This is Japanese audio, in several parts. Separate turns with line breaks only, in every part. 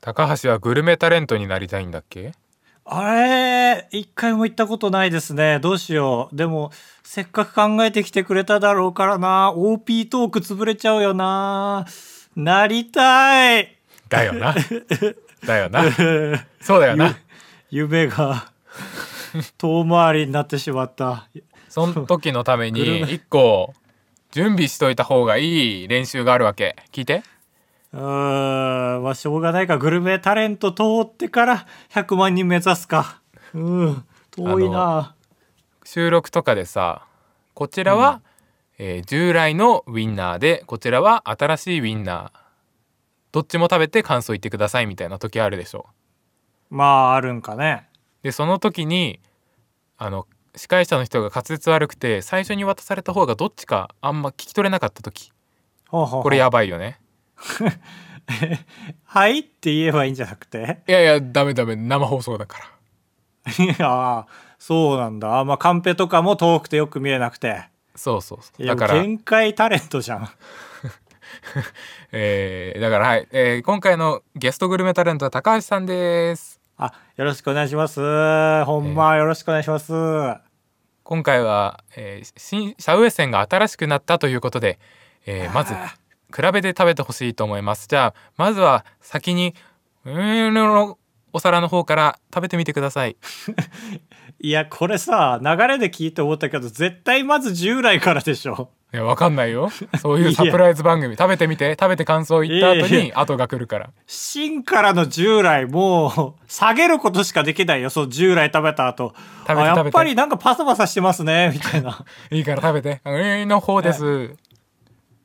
高橋はグルメタレントになりたいんだっけ
あれ一回も行ったことないですね。どうしよう。でも、せっかく考えてきてくれただろうからな。OP トーク潰れちゃうよな。なりたい。
だよなだよなそうだよな
ゆ夢 が遠回りになってしまった。
その時のため
グル
に一個準備しといた方がいい練習があるわけ聞いて
うーん、まあ、しょうがないか。グルメタレント通ってから100万人目指すか。うん、遠いな。
収録とかでさこちらは、えー従来のウィンナーでこちらは新しいウィンナーどっちも食べて感想言ってくださいみたいな時あるでしょ
まあ、あるんかね。
でその時にあの司会者の人が滑舌悪くて最初に渡された方がどっちかあんま聞き取れなかった時
ほうほうほう
これやばいよね
はいって言えばいいんじゃなくて
いやいやダメダメ生放送だから
い やそうなんだ。まあ、カンペとかも遠くてよく見えなくて。
そうそうそう
い
だ
や、
から
限界タレントじゃん。
えーだからはい、えー今回のゲストグルメタレントは高橋さんです
あ、よろしくお願いします。ほんま、よろしくお願いします。
今回は、えー新シャウエッセンが新しくなったということで、えーまず比べて食べてほしいと思いますじゃあまずは先にうーんのお皿の方から食べてみてください
いや、これさ、流れで聞いて思ったけど、絶対まず従来からでしょ。
いや、わかんないよ。そういうサプライズ番組、食べてみて、食べて感想言った後
いやい
に、後が来るから。
芯からの従来、もう、下げることしかできないよ。そう、従来食べた後。
食べて
あや
食
っ
べて
ぱりなんかパサパサしてますね、みたいな。
いいから食べて。うーんの方です。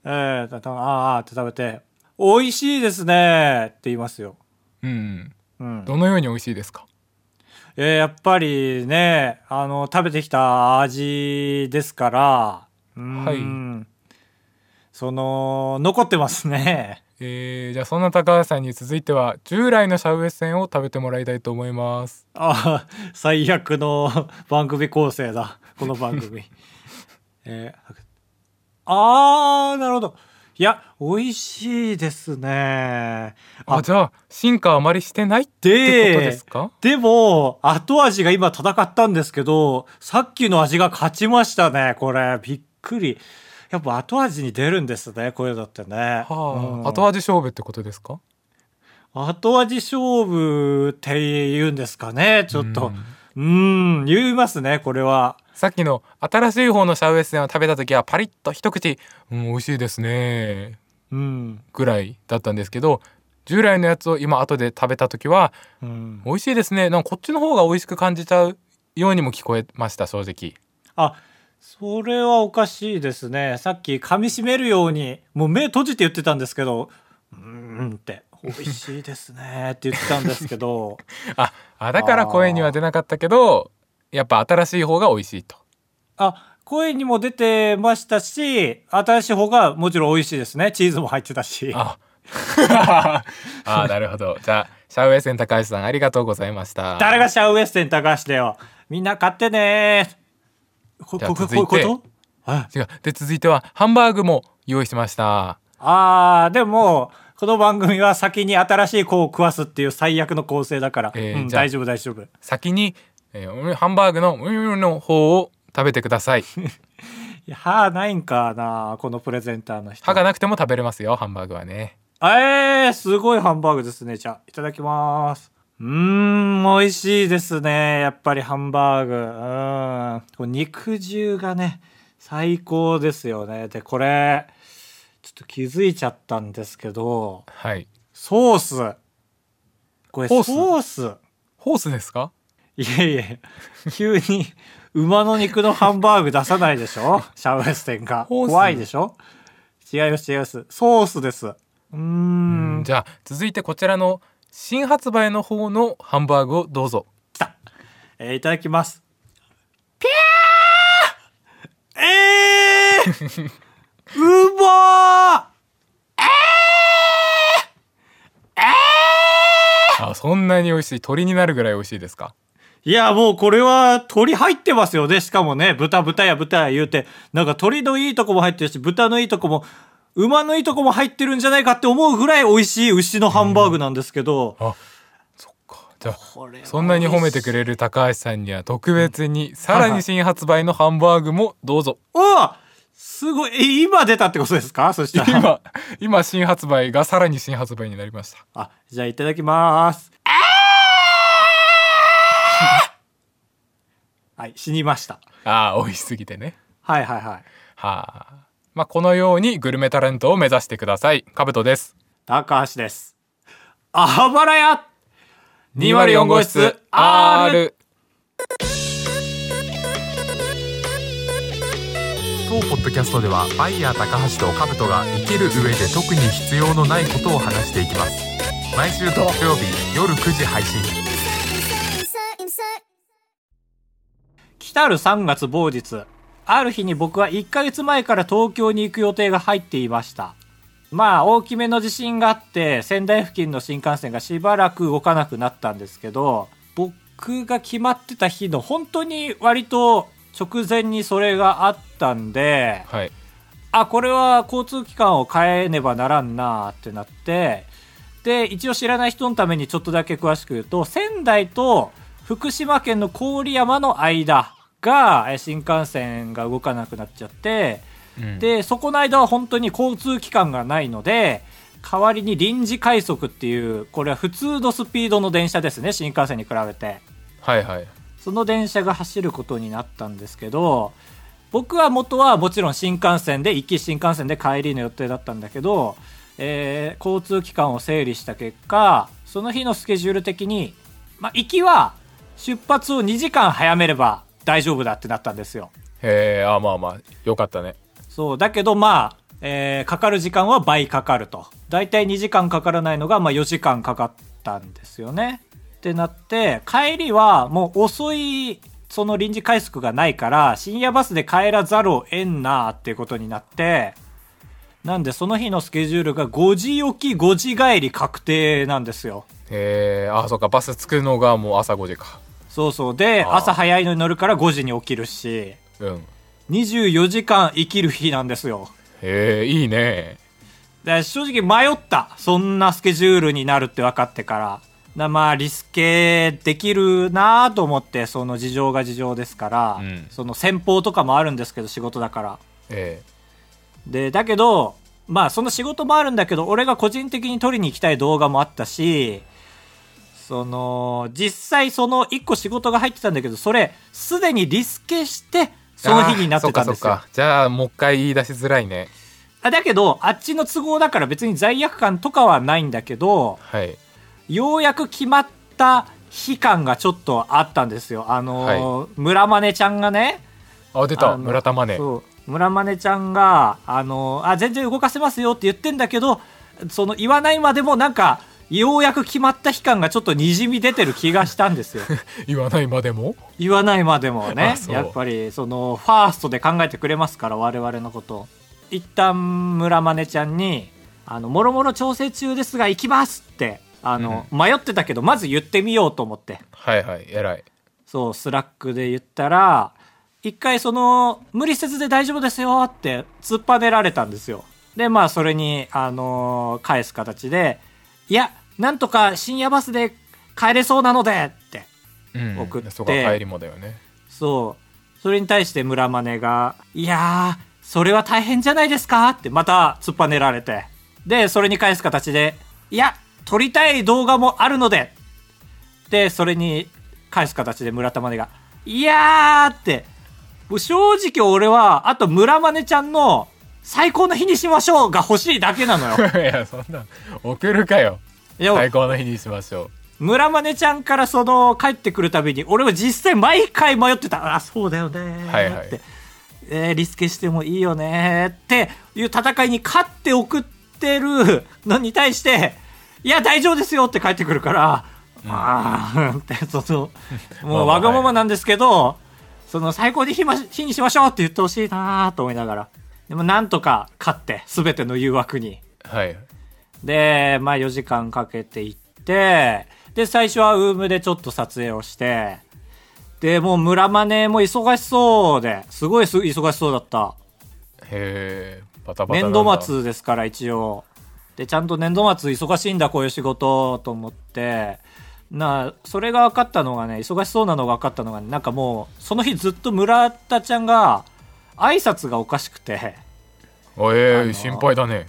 ええたたあーあーって食べて、美味しいですねって言いますよ。
うん。
うん。
どのように美味しいですか
えーやっぱりね、あの、食べてきた味ですから、うーん。その、残ってますね。
えー、じゃあそんな高橋さんに続いては、従来のシャウエッセンを食べてもらいたいと思います。
あー 最悪の番組構成だ。この番組。えーあー、なるほど。いや、美味しいですね。
あ、じゃあ、進化あまりしてないって
で
ことですか
でも、後味が今戦ったんですけど、さっきの味が勝ちましたね、これ。びっくり。やっぱ後味に出るんですね、こういうのってね。う
は
ん
あ、後味勝負ってことですか
後味勝負って言うんですかね、ちょっと。うーん、ん言いますね、これは。
さっきの新しい方のシャウエッセンを食べた時は、パリッと一口、うん、美味しいですね。
うん。
ぐらいだったんですけど従来のやつを今後で食べた時は
うん、
美味しいですねなんかこっちの方が美味しく感じちゃうようにも聞こえました正直
あ、それはおかしいですね。さっき噛み締めるように、もう目閉じて言ってたんですけど、うーんって、美味しいですねって言ってたんですけど、
ああだから声には出なかったけどやっぱ新しい方が美味しいと
あ、声にも出てましたし、新しい方がもちろん美味しいですね。チーズも入ってたし。
あ あなるほどじゃあシャウエッセン高橋さんありがとうございました
誰がシャウエッセン高橋だよ。みんな買ってねこ、
じゃあ
こ、こ、
続いて
こういうことあ
違うで続いてはハンバーグも用意しました
あー、でも、この番組は先に新しい子を食わすっていう最悪の構成だから。
えー
うん、
じゃあ
大丈夫、大丈夫。
先に、えーうんハンバーグのうんの方を食べてくだ さい
いや歯ないんかなこのプレゼンターの人。
歯がなくても食べれますよハンバーグはね
えー、すごいハンバーグですね。じゃあ、いただきます。うーん、美味しいですね。やっぱりハンバーグ。うん。こう肉汁がね、最高ですよね。で、これ、ちょっと気づいちゃったんですけど、
はい
ソース。これ、
ホ
ソ
ース
ース。
ホースですか
いえいえ、急に馬の肉のハンバーグ出さないでし ょシャウエステンが。
ホース
怖いでしょ違います違います。ソースです。うーん。
じゃあ続いてこちらの新発売の方のハンバーグをどうぞ
きた。えーいただきます。ピャーえ ーうま
あそんなに美味しい鳥になるぐらい美味しいですか
ーいや、もうこれは鳥入ってますよね。しかもね、豚、豚や豚や言うて、なんか鳥のいいとこも入ってるし、豚のいいとこも、馬のいいとこも入ってるんじゃないかって思うぐらい美味しい牛のハンバーグなんですけど、
あそっかじゃあ
これは
そんなに褒めてくれる高橋さんには特別にさらに新発売のハンバーグもどう ぞ
おーすごいえ今出たってことですかそしたら
今今新発売がさらに新発売になりました
あじゃあいただきます はい死にました
ああ美味しすぎてね
はいはいはい
はあまあこのようにグルメタレントを目指してくださいカブトです
高橋ですあばらや
204号室 R 当ポッドキャストではバイヤー高橋とカブトが生きる上で特に必要のないことを話していきます毎週土曜日夜9時配信
insert, insert.
来たる3月某日ある日に僕は1ヶ月前から東京に行く予定が入っていましたまあ大きめの地震があって仙台付近の新幹線がしばらく動かなくなったんですけど僕が決まってた日の本当に割と直前にそれがあったんで
はい
あこれは交通機関を変えねばならんなってなってで一応知らない人のためにちょっとだけ詳しく言うと仙台と福島県の郡山の間がえ新幹線が動かなくなっちゃって
うん
でそこの間は本当に交通機関がないので代わりに臨時快速っていうこれは普通のスピードの電車ですね新幹線に比べて。
はいはい
その電車が走ることになったんですけど僕は元はもちろん新幹線で行き新幹線で帰りの予定だったんだけど、えー交通機関を整理した結果その日のスケジュール的に、まあ、行きは出発を2時間早めれば大丈夫だってなったんですよ
へえあまあまあよかったね
そうだけどまあ、えーかかる時間は倍かかると大体2時間かからないのが、まあ、4時間かかったんですよねってなって帰りはもう遅いその臨時快速がないから深夜バスで帰らざるを得んなっていうことになってなんでその日のスケジュールが5時起き5時帰り確定なんですよ
へえあそうかバス着くのがもう朝5時か
そうそうで
あー
朝早いのに乗るから5時に起きるし
うん
24時間生きる日なんですよ
へえいいね
だから正直迷ったそんなスケジュールになるって分かってからだからまあリスケできるなと思ってその事情が事情ですから、
うん
その先方とかもあるんですけど仕事だから
え
でだけどまあその仕事もあるんだけど俺が個人的に撮りに行きたい動画もあったしその実際その1個仕事が入ってたんだけどそれすでにリスケして
え
その日になってたん
あーそ
で
っ
す
か
よ
そっかじゃあもう一回言い出しづらいね
あだけどあっちの都合だから別に罪悪感とかはないんだけど
はい
ようやく決まった期間がちょっとあったんですよ。あのー村真似ちゃんがね、
あ出
あ
た
の
村玉ね
そう村真似ちゃんが、あのーあ、全然動かせますよって言ってんだけど、その言わないまでもなんか、ようやく決まった期間がちょっとにじみ出てる気がしたんで すよ。
言わないまでも
言わないまでもね
あ、そう
やっぱりそのファーストで考えてくれますから、我々のことを。一旦村真似ちゃんに、あの、もろもろ調整中ですが行きますって、あの、迷ってたけど、まず言ってみようと思って。
はいはい偉い
そう、スラックで言ったら、一回その、無理せずで大丈夫ですよって突っぱねられたんですよ。で、まあそれに、あのー返す形で、いや、なんとか深夜バスで帰れそうなのでって。
うん
送って
そこは帰りもだよね
そう。それに対して村真似が、いやー、それは大変じゃないですかってまた突っぱねられて。で、それに返す形で、いや、撮りたい動画もあるのでで、それに返す形で村田真似が、いやーって、もう正直俺は、あと村真似ちゃんの最高の日にしましょうが欲しいだけなのよ。
いやそんな送るかよ
いや
最高の日にしましょ
村真似ちゃんからその帰ってくるたびに俺は実際毎回迷ってたあそうだよねーって、
はいはい
えーリスケしてもいいよねーっていう戦いに勝って送ってるのに対していや大丈夫ですよって帰ってくるから、ああってそ のも
ま
う
あまあ
わがままなんですけど、その最高に日ま日にしましょうって言ってほしいなーと思いながらでもなんとか勝って全ての誘惑に。
うはい
で、まあ4時間かけて行って、で、最初はウームでちょっと撮影をして、で、もう村真似も忙しそうで、すごいす忙しそうだった。
へえバタバタな
年
んだ
度末ですから一応でちゃんと年度末忙しいんだこういう仕事と思ってなそれが分かったのがね忙しそうなのが分かったのが、ね、なんかもうその日ずっと村田ちゃんが挨拶がおかしくて
おえー
あの
心配だね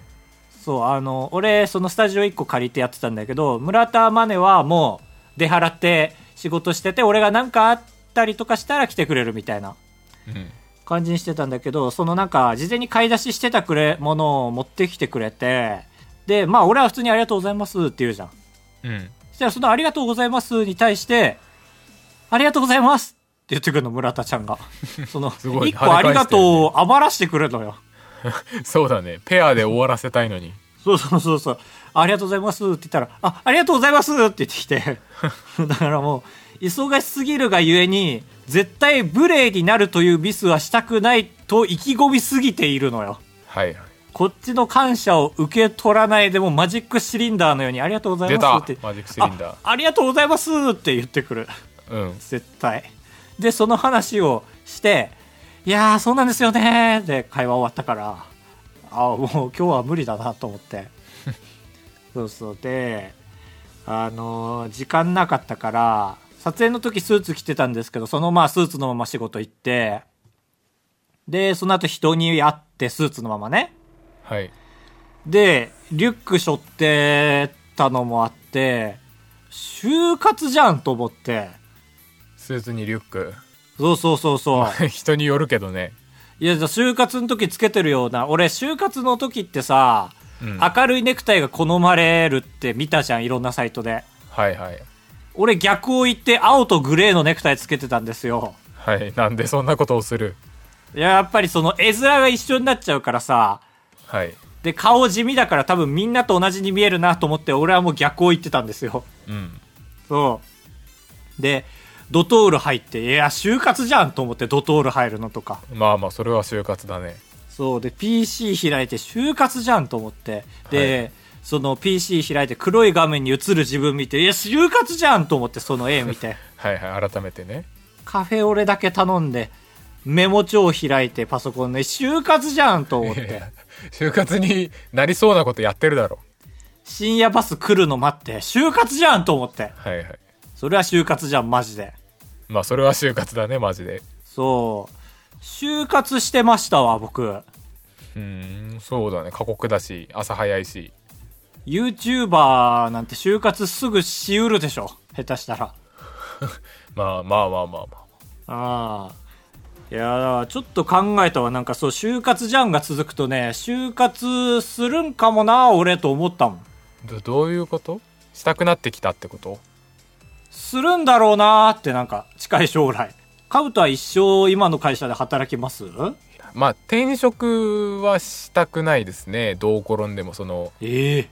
そうあの俺そのスタジオ1個借りてやってたんだけど村田マネはもう出払って仕事してて俺が何かあったりとかしたら来てくれるみたいな
うん
感じにしてたんだけどそのなんか事前に買い出ししてたくれものを持ってきてくれてでまあ俺は普通にありがとうございますって言うじゃん
うん
そしたらそのありがとうございますに対してありがとうございますって言ってくるの村田ちゃ んがその
すごい
1個ありがとうを余らしてくれるのよ
そうだねペアで終わらせたいのに
そうそうそうそうありがとうございますって言ったらあありがとうございますって言ってきて だからもう忙しすぎるがゆえに絶対無礼になるというミスはしたくないと意気込みすぎているのよ
はい
こっちの感謝を受け取らないでもマジックシリンダーのようにありがとうござい
出
ま
た
すって
マジックシリンダー
あありがとうございますって言ってくる
うん
絶対でその話をしていやーそうなんですよねーで会話終わったからあーもう今日は無理だなと思って そうそうであのー時間なかったから撮影の時スーツ着てたんですけどそのまあスーツのまま仕事行ってでその後人に会ってスーツのままね
はい
でリュック背負ってたのもあって就活じゃんと思って
スーツにリュック
そうそうそうそう
人によるけどね
いや、じゃあ就活の時つけてるような、俺、就活の時ってさ、
うん
明るいネクタイが好まれるって見たじゃん、いろんなサイトで。
はいはい
俺、逆を言って、青とグレーのネクタイつけてたんですよ。
はいなんでそんなことをする
いや、やっぱりその、絵面が一緒になっちゃうからさ、
はい
で、顔地味だから多分みんなと同じに見えるなと思って、俺はもう逆を言ってたんですよ。
うん
そう。で、ドトール入って、いや、就活じゃんと思って、ドトール入るのとか。
まあまあそれは就活だね
そうで PC 開いて就活じゃんと思ってで、その PC 開いて黒い画面に映る自分見ていや就活じゃんと思ってその絵見 て
はいはい改めてね
カフェオレだけ頼んでメモ帳を開いてパソコンで就活じゃんと思っ
い
て
や就活になりそうなことやってるだろ
深夜バス来るの待って就活じゃんと思って
はいはい
それは就活じゃんマジで
まあそれは就活だねマジで
そう就活してましたわ僕
うーんそうだね過酷だし朝早いし
YouTuber なんて就活すぐしうるでしょ下手したら
まあまあまあまあまあ
ああいやーだからちょっと考えたわなんかそう就活ジャンが続くとね就活するんかもな俺と思ったもん
どどういうことしたくなってきたってこと
するんだろうなーってなんか近い将来カブトは一生今の会社で働きます
まあ転職はしたくないですねどう転んでもその
ええ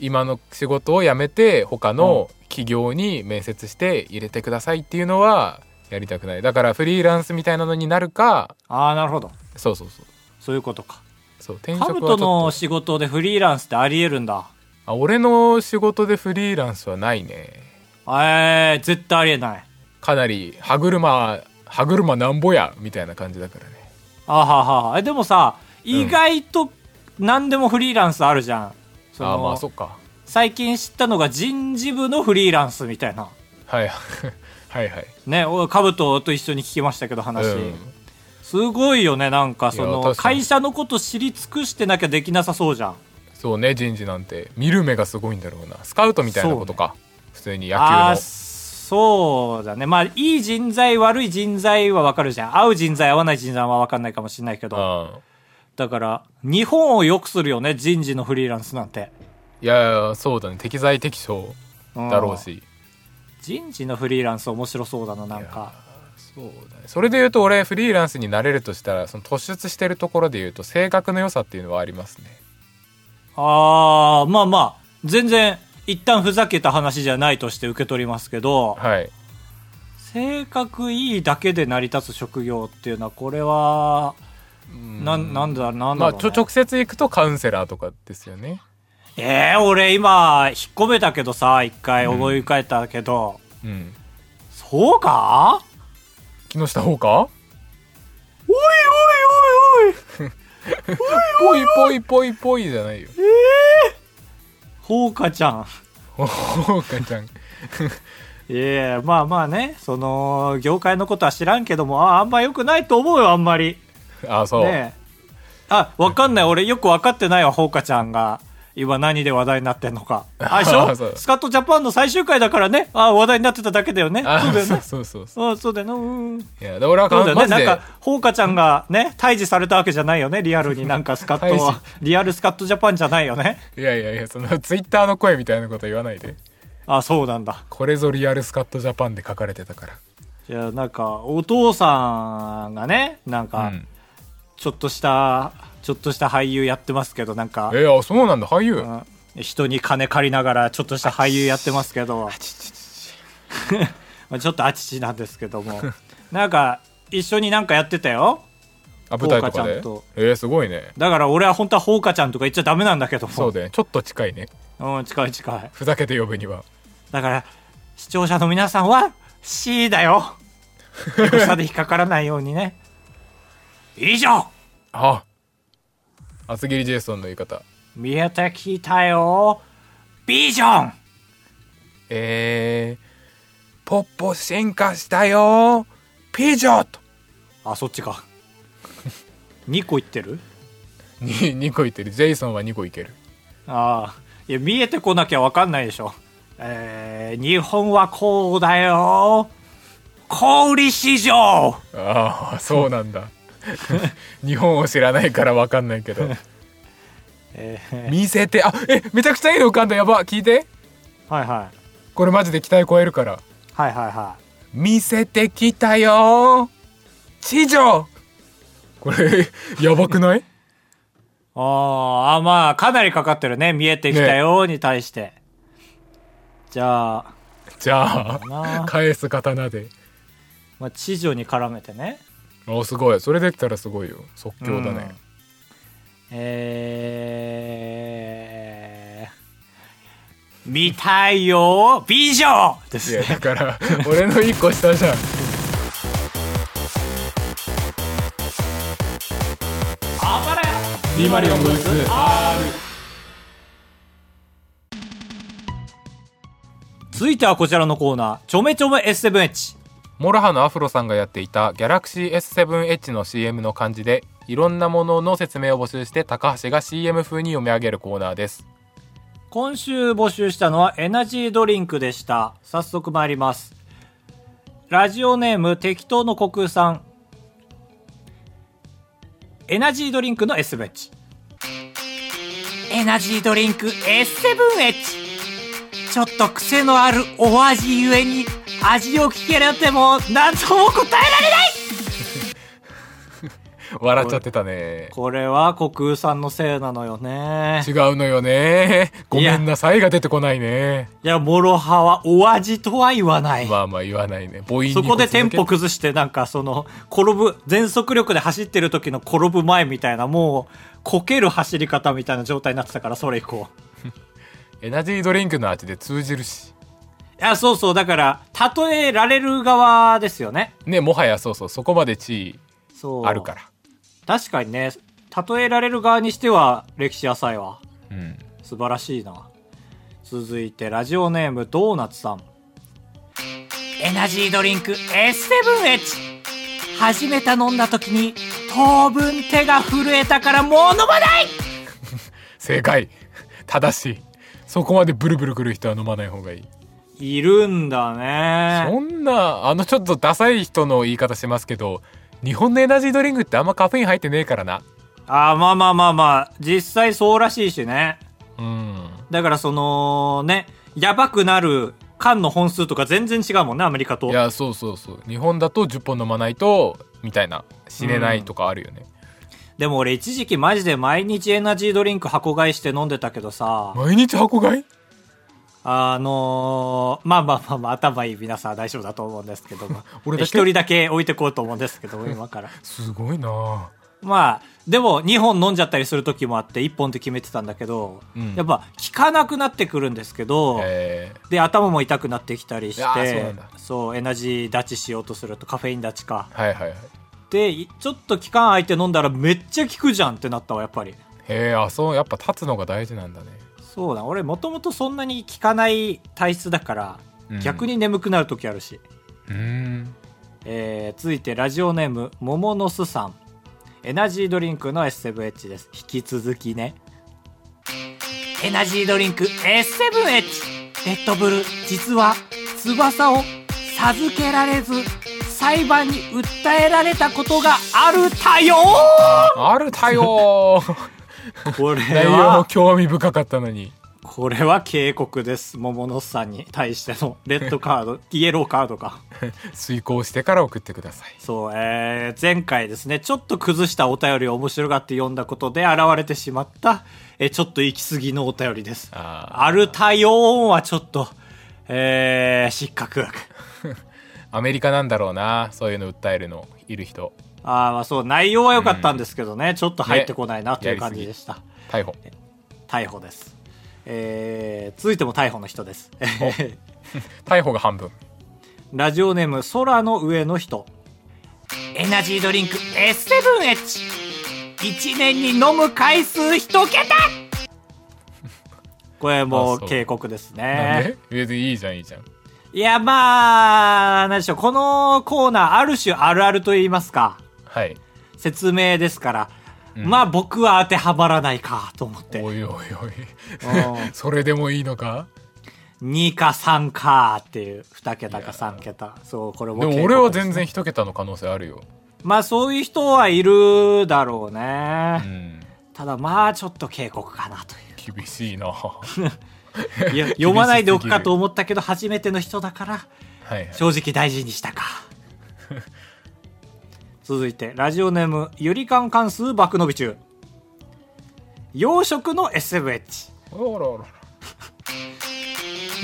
今の仕事を辞めて他の企業に面接して入れてくださいっていうのはやりたくないだからフリーランスみたいなのになるか
ああなるほど
そうそうそう
そういうことか
そう転職
カ
はちょ
ブ
っと
トの仕事でフリーランスってありえるんだ
あ俺の仕事でフリーランスはないね
ええ絶対ありえない
かなり歯車歯車なんぼやみたいな感じだからね
あはははえでもさ意外と何でもフリーランスあるじゃん、その
あまあそっか
最近知ったのが人事部のフリーランスみたいな
はい はいはい、
ねおカブトと一緒に聞きましたけど話、
うん
すごいよねなんかそ
いや
の
確かに
会社のこと知り尽くしてなきゃできなさそうじゃん
そうね人事なんて見る目がすごいんだろうなスカウトみたいなことか、普通に野球
あー
の
そうだねまあいい人材悪い人材は分かるじゃん合う人材合わない人材は分かんないかもしれないけど
あ
だから日本を良くするよね人事のフリーランスなんて、
いやいやそうだね適材適所
うん
だろうし、
人事のフリーランス面白そうだななんか
そうだねそれで言うと俺フリーランスになれるとしたらその突出してるところで言うと性格の良さっていうのはありますね
ああまあまあ全然一旦ふざけた話じゃないとして受け取りますけど
はい
性格いいだけで成り立つ職業っていうのはこれはななんだなん
まあ
だろう、ね
ちょ直接行くとカウンセラーとかですよね
えー、俺今引っ込めたけどさ一回思い浮かべたけど、
うん
そうか
木下ほうか
おいおいおいおい
ぽいぽいぽいぽいじゃないよ。
ほうかちゃん
ほうかちゃん。
いやまあまあねその業界のことは知らんけどもああんまよくないと思うよあんまり
あ、そう。
ねえあわかんない俺よく分かってないわほうかちゃんが今何で話題になってん のかあでし
そ
ょ
う
スカットジャパンの最終回だからねあ話題になってただけだよねそう
あ
だよ
そう
ね
そうそうそ
うんそうだよねうん
う。いや、で俺は
そうだよ
マ
ね。
ジ
なん
で、
か、ほうかちゃんがね、退治されたわけじゃないよね。リア ルになんかスカット
退
は。リアルスカットジャパンじゃないよね。
いやいやいや、そのツイッターの声みたいなこと言わないで。
あ、そうなんだ。
これぞリアルスカットジャパンで書かれてたから。
いや、なんか、お父さんがね、なんか、
うん、
ちょっとした、ちょっとした俳優やってますけど、なんか、
えー、あ、そうなんだ、俳優。
うん人に金借りながらちょっとした俳優やってますけど、 まあちょっとあちちなんですけども、なんか、一緒になんかやってたよ。
あ、舞台と
ほうか
か
ちゃ
で
んと。
えー、すごいね。
だから俺は本当はほうかちゃんとか言っちゃダメなんだけども。
そうだよね。ちょっと近いね。
うん、近い近い。
ふざけて呼ぶには。
だから、視聴者の皆さんは C だよ。エゴサで引っかからないようにね。以上
あ厚切りジェイソンの言い方。
宮田聞いたよ。ビジョン
えー、ポッポ進化したよピジョット
あ、そっちか。2個言ってる
に2個いってる。ジェイソンは2個いける。
ああ。いや、見えてこなきゃわかんないでしょ。えー、日本はこうだよ。小売市場
ああ、 そうなんだ。日本を知らないからわかんないけ ど。
えー
見せて、あ、え、めちゃくちゃいいの浮かんだ。やば、聞いて。
はいはい。
これマジで期待超えるから。
はいはいは
見せてきたよ地上これ、やばくない
い。あーあ、まあ、かなりかかってるね。見えてきたよに対して。じゃあ、
じゃ
な
あ、返す刀で。
まあ、地上に絡めてね、
お、すごい。それできたらすごいよ。即興だね。
えー、見たいよ美女で
い
す
や、
ね。
だから、 俺の一個下じゃん。
あばれ
ビマリオンブース R。
続いてはこちらのコーナー、ちょめちょめ S7H。
モラハのアフロさんがやっていたギャラクシー S7H の CM の漢字で、いろんなものの説明を募集して、高橋が CM 風に読み上げるコーナーです。
今週募集したのはエナジードリンクでした。早速参ります。ラジオネーム適当の虚空さん。エナジードリンクの S7H。エナジードリンク S7H。ちょっと癖のあるお味ゆえに味を聞けられても何とも答えられない
笑っちゃってたね。
これは虚空さんのせいなのよね
違。うのよね。ごめんなさいが出てこないね。
いや、モロハはお味とは言わない。
まあまあ言わないね。母音に
そこでテンポ
続け
崩して、なんかその、転ぶ、全速力で走ってる時の転ぶ前みたいな、もう、こける走り方みたいな状態になってたから、それ以降。
エナジードリンクの味で通じるし。
いや、そうそう、だから、例えられる側ですよね。
ね、もはやそうそう、そこまで地位
そう。
あるから。
ら。確かにね、例えられる側にしては、歴史浅いわ。
うん。
素晴らしいな。続いて、ラジオネーム、ドーナツさん。エナジードリンク S7H。初めて飲んだ時に、当分手が震えたからもう飲まない
正解。正しい。そこまでブルブルくる人は飲まない方がいい。
いるんだね。
そんな、あのちょっとダサい人の言い方しますけど、日本のエナジードリンクってあんまカフェイン入ってねえからな。
あーまあまあまあまあ、実際そうらしいしね。
うん。
だからその、ね、やばくなる缶の本数とか全然違うもんね、アメリカと。
いや、そうそうそう。日本だと10本飲まないと、みたいな。死ねないとかあるよね。
でも俺一時期マジで毎日エナジードリンク箱買いして飲んでたけどさ、
毎日箱買い。
あのーまあまあまあまあ、頭いい皆さん大丈夫だと思うんですけども
俺だけ
一人だけ置いてこうと思うんですけども、今から。
すごいな
まあ、でも2本飲んじゃったりする時もあって、1本って決めてたんだけど、
うん
やっぱ効かなくなってくるんですけど、
え
で頭も痛くなってきたりし
いやーそうな
て
んだ
そうエナジー立ちしようとするとカフェイン立ちか
ーはいはいはい。
ていちょっと期間空いて飲んだらめっちゃ効くじゃんってなったわやっぱり
へえあそうやっぱ立つのが大事なんだね、
そうだ俺もともとそんなに効かない体質だから、
うん
逆に眠くなる時あるし、
うーん
えー続いてラジオネーム桃のすさんエナジードリンクの S7H です引き続きねエナジードリンク S7H レッドブル実は翼を授けられず裁判に訴えられたことがあるたよ
あるた よー
これ
内容も
は
興味深かったのに
これは警告です桃のすさんに対してのレッドカードイエローカードか
遂行してから送ってください
そう、えー前回ですね、ちょっと崩したお便りを面白がって読んだことで現れてしまった、えーちょっと行き過ぎのお便りです。
あー
アルタヨーンはちょっと、えー失格。
アメリカなんだろうなそういうの訴えるのいる人
あーまあそう、内容は良かったんですけどね、ちょっと入ってこないなという感じでした。
逮捕
逮捕です。えー続いても逮捕の人です。
逮捕が半分
ラジオネーム空の上の人エナジードリンク S7H1 年に飲む回数一桁これも
あそう
う警告です
なん
ね
で別にいいじゃんいいじゃん
いやまあ何でしょうこのコーナーある種あるあると言いますか
はい
説明ですから、まあ僕は当てはまらないかと思って
おいおいおい
うん
それでもいいのか
2か3かっていう2桁か3桁そうこれも
で
警告
も俺は
です
全然一桁の可能性あるよ、
まあそういう人はいるだろうね、
うん、
ただまあちょっと警告かなとい
厳しい なは
ういや読まないでおくかと思ったけど初めての人だから
い、はい、
正直大事にしたか続いてラジオネームゆりかん関数爆伸び中洋食の S7H
おらおら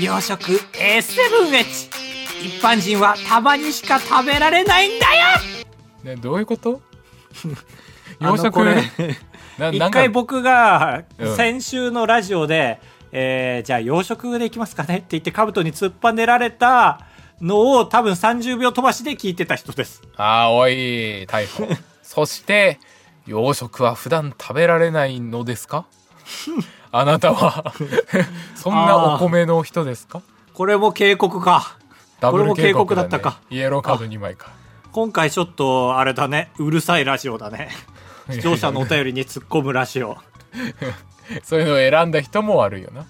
洋食 S7H 一般人はたまにしか食べられないんだよ
ねどういうこと
あの
洋食
これ
な
一回僕が
うん
先週のラジオで、えーじゃあ洋食でいきますかねって言って兜に突っぱねられたのを多分30秒飛ばしで聞いてた人です。
ああおい逮捕 そして洋食は普段食べられないのですかあなた はそんなお米の人ですか
これも警告か。
ダブル
これも警告だった
ね
か
イエローカード2枚か
今回ちょっとあれだね、うるさいラジオだね。視聴者のお便りに突っ込むラジオ。
そういうのを選んだ人も悪いよな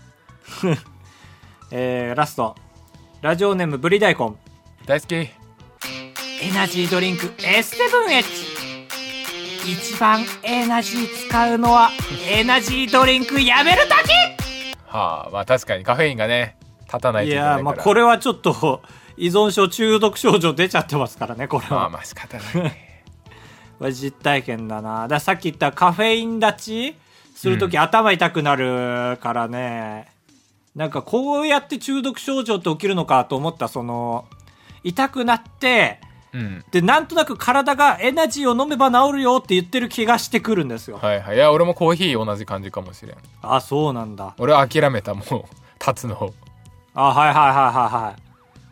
えー、ラスト。ラジオネームブリ大根。
大好き
エナジードリンク S7H 一番エナジー使うのはエナジードリンクやめるだけ
はあまあ確かにカフェインがね立たない
い
といけないか
や
ら
ーまあこれはちょっと 依存症中毒症状出ちゃってますからねこれ
まあ
は、
まあ仕方ないね
これ実体験だなだからさっき言ったカフェイン立ちするとき頭痛くなるからね、なんかこうやって中毒症状って起きるのかと思ったその痛くなって
うん
でなんとなく体がエナジーを飲めば治るよって言ってる気がしてくるんですよ、
はいはいいや俺もコーヒー同じ感じかもしれん
あそうなんだ
俺は諦めたもう立つのを
あはいはいはいはいはい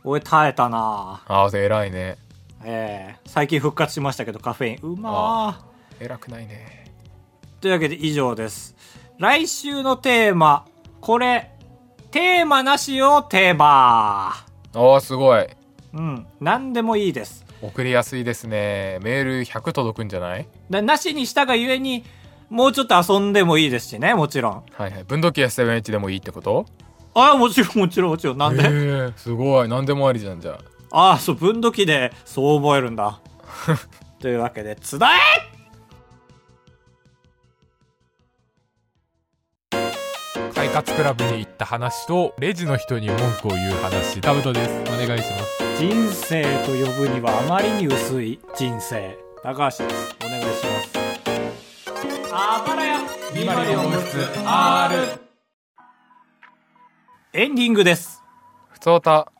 俺耐えたな
ああ偉いね
ええ最近復活しましたけどカフェインうまー
偉くないね
というわけで以上です。来週のテーマ、これ、テーマなしをテーマ。
ああすごい
うん、何でもいいです。
送りやすいですねメール100届くんじゃない
ななしにしたがゆえに、もうちょっと遊んでもいいですしね、もちろん。
はいはい分度器 S7H でもいいってこと
ああ、もちろん、もちろん、もちろん。
へ
な
え
んで、
すごい何でもありじゃんじゃ
ああ、そう、分度器で、そう覚えるんだ。 というわけで、つだえ
あ快活クラブに行った話とレジの人に文句を言う話タブトですお願いします
人生と呼ぶにはあまりに薄い人生高橋ですお願いしますあばらやエンディングです
ふつおた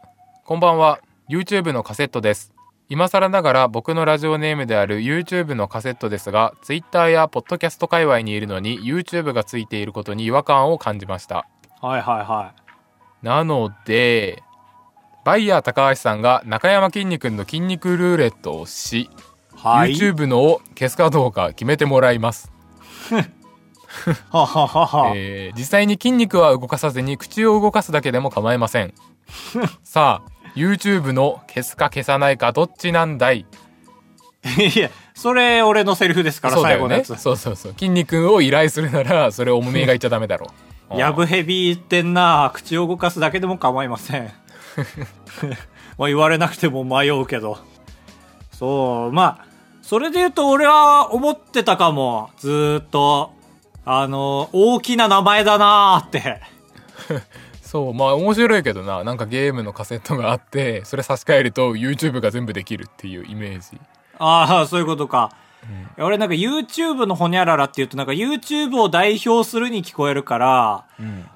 こんばんは YouTube のカセットです今更ながら僕のラジオネームである YouTube のカセットですが Twitter やポッドキャスト界隈にいるのに YouTube がついていることに違和感を感じました
はいはいはい
なのでバイヤー高橋さんが中山きんに君の筋肉ルーレットをし
はい
YouTube のを消すかどうか決めてもらいます、
はははは、
えー実際に筋肉は動かさずに口を動かすだけでも構いませ んさあ YouTube の消すか消さないかどっちなんだい
いやそれ俺のセリフですから、
そうだ
最
よ
後の
ね
やつ
そうそうそう筋肉を依頼するならそれをおめえが言っちゃダメだろ
やぶヘビ言ってんな口を動かすだけでも構いません まあ言われなくても迷うけどそうまあそれで言うと俺は思ってたかもずーっとあの大きな名前だなーって
そうまあ面白いけどななんかゲームのカセットがあってそれ差し替えると YouTube が全部できるっていうイメージ
ああそういうことか、俺なんか YouTube のホニャララっていうとなんか YouTube を代表するに聞こえるから、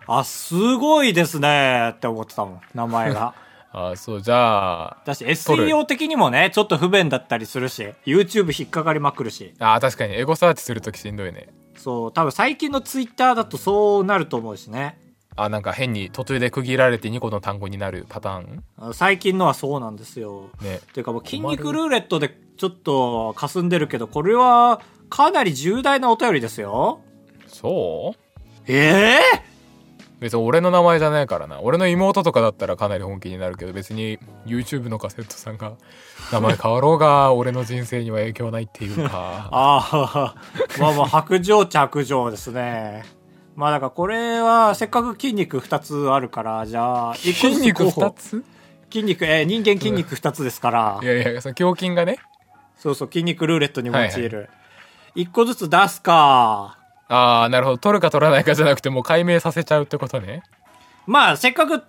あすごいですねって思ってたもん名 前が
あそうじゃあ
だし
取る
SEO 的にもねちょっと不便だったりするし YouTube 引っかかりまくるし
あ確かにエゴサーチするときしんどいね
そう多分最近の Twitter だとそうなると思うしね
あなんか変に途中で区切られて2個の単語になるパターン
あの最近のはそうなんですよ
ね
っていうかもう筋肉ルーレットでちょっと霞んでるけどこれはかなり重大なお便りですよ
そう
ええ
別に俺の名前じゃないからな俺の妹とかだったらかなり本気になるけど別に YouTube のカセットさんが名前変わろうが 俺の人生には影響ないっていうか
ああ、 まあまあ、白状っちゃ白状ですね。まあだからこれは、せっかく筋肉2つあるから、じゃあ、一個ず
筋
つ
肉
候補
2つ
筋肉、えー人間筋肉2つですから
い、やいやその胸筋がね
そうそう、筋肉ルーレットに用いる。
は
一
い
1個ずつ出すか。
ああなるほど取るか取らないかじゃなくてもう解明させちゃうってことね
まあ、せっかく、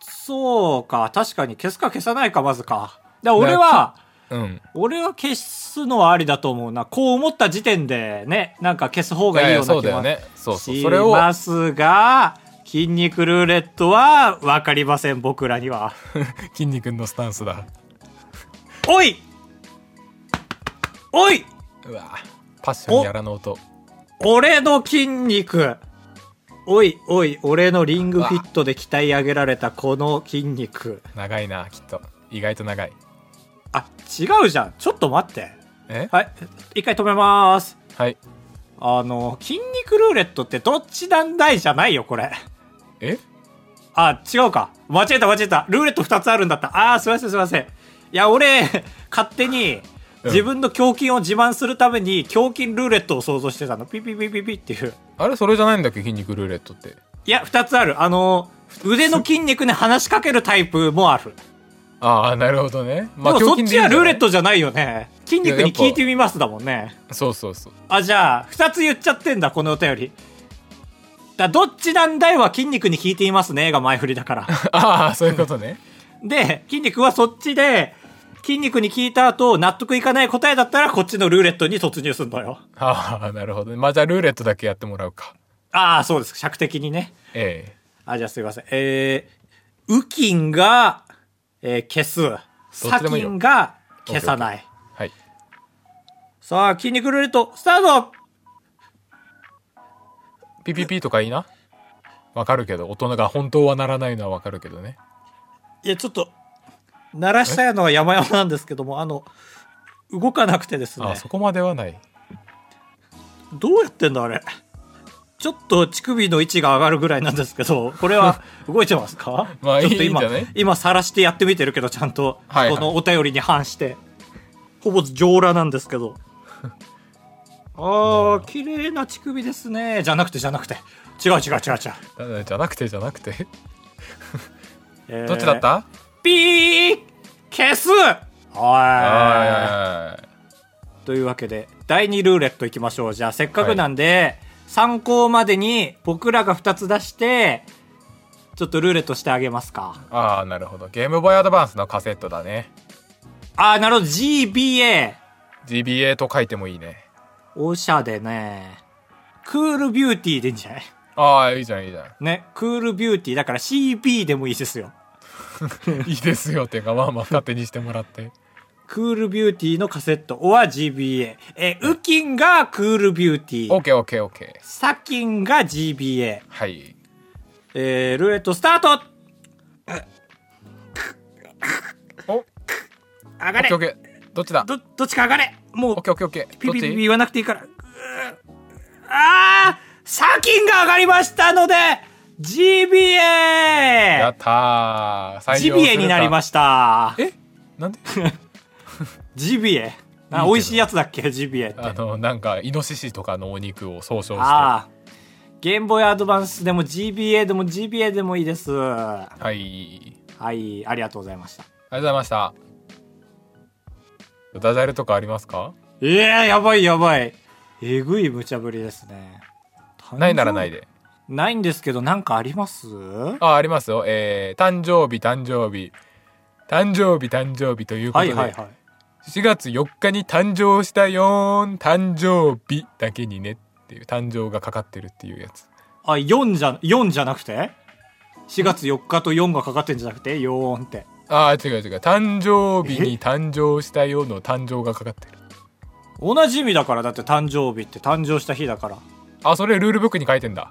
そうか、確かに消すか消さないか、まずか。だから俺は、
うん
俺は消すのはありだと思うな。こう思った時点でね、なんか消す方がいいような気
そ
も
うだよねそうそう
し
それを
ますが筋肉ルーレットは分かりません僕らには
筋肉のスタンスだ
おいおいう
わパッションやらの音
俺の筋肉おいおい俺のリングフィットで鍛え上げられたこの筋肉
長いなきっと意外と長い
あ違うじゃんちょっと待って
え
はい一回止めます
はい
あの筋肉ルーレットってどっちなんだいじゃないよこれ
え
あ、違うか。間違えた間違えた。ルーレット2つあるんだった。あー、すいませんすいません。いや、俺、勝手に、
うん
自分の胸筋を自慢するために、胸筋ルーレットを想像してたの。ピピピピピっていう。
あれそれじゃないんだっけ筋肉ルーレットって
いや、2つある。あの、腕の筋肉に話しかけるタイプもある。
ああなるほどねま
でもそっ
胸筋
ち
でいい
は
んじゃ
ルー
な
レ
い
ットじゃないよね。筋肉に聞いてみますだもんね。
そうそうそう
あ、じゃあ、2つ言っちゃってんだ、このお便り。だどっちなんだいは筋肉に聞いていますねが前振りだから。
ああそういうことね
で、筋肉はそっちで、筋肉に聞いた後、納得いかない答えだったら、こっちのルーレットに突入すんのよ。
ああなるほどねまあじゃあルーレットだけやってもらうか
ああ、そうです。尺的にね。
ええ
あ、じゃあすいません。えー、ウキンが、えー消す。
どっ
サ
ちでもいい
キ
よ
ンが消さない。
はい
さあ、筋肉ルーレット、スタート
ピピピとかいいなわかるけど大人が本当はならないのはわかるけどね
いや、ちょっと、鳴らしたいのは山々なんですけども、あの、動かなくてです
あ
ね
あ。そこまではない
どうやってんだ、あれ。ちょっと乳首の位置が上がるぐらいなんですけど、これ は動いてますか
まあ
ちょっと
いいん
今
じゃない
今晒してやってみてるけど、ちゃんと、
はいはい
このお便りに反して。ほぼ上裸なんです けど。ああ、綺麗な乳首ですね。じゃなくて、じゃなくて。違う違う違う違う。
だだじゃなくてじゃなくて
えー
どっちだった
ピー消すはい。
ああ
というわけで、第2ルーレットいきましょう。じゃあ、せっかくなんで、参考までに僕らが2つ出して、ちょっとルーレットしてあげますか。
ああなるほどゲームボーイアドバンスのカセットだね
あー、なるほど。GBA。
GBA と書いてもいいね
おしゃでね。クールビューティーでいいんじゃない
ああいいじゃんいいじゃん
ね。クールビューティー。だから CB でもいいですよ。
いいですよっていうかまあまあ勝手にしてもらって
クールビューティーのカセット。おは GBA。え、ウキンがクールビューティー。
OKOKOK
サキンが GBA。
はい
えー、ルーレットスタート
お
上がれ
OKOK どっちだ
ど、どっちか上がれも
オ
う
ッケーオッケーオッケー
ピ
どっ
ピピピ
ち
言わなくていいから。ぐーあー砂金が上がりましたので、
や
GBA!
ったー採用する
GBA になりま
し
した。
えなんで
GBA?
いいけ
あ、
ど
美味しいやつだっけ ?GBA って。
あのなんかイノシシとかのお肉を総称しては
ああ。ゲームボーイアドバンスでも GBA でも GBA でもいいです。はい
あり
い、ありがとうございました。
がとうございましたダジャレとかありますか
ええやばいやばい。えぐい無茶ぶりですね。
ないならない。で
ないんですけど、なんかあります
あありますよえー、誕生日誕生日誕生日誕生日ということ
は
で、
いはいはい。
4月4日に誕生したよーん誕生日だけにねっていう誕生がかかってるっていうやつ
あ、4じゃ、4じゃなくて ?4 月4日と4がかかってんじゃなくて ?4 って。
ああ違う違う誕生日に誕生したよの誕生がかかってる
同じ意味だから、だって誕生日って誕生した日だから。
あそれルールブックに書いてんだ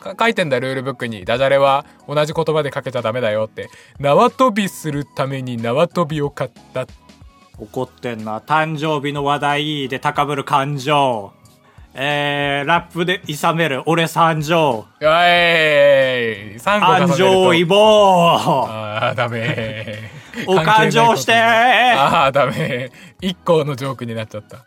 か書いてんだルールブックにダジャレは同じ言葉でかけちゃダメだよって縄跳びするために縄跳びを買った
怒ってんな。誕生日の話題で高ぶる感情。えー、ラップで諌める俺参上。
えい3個重ね
感
ると
情イボー
ああダメ
お勘定して
関係ないことああダメ1個のジョークになっちゃった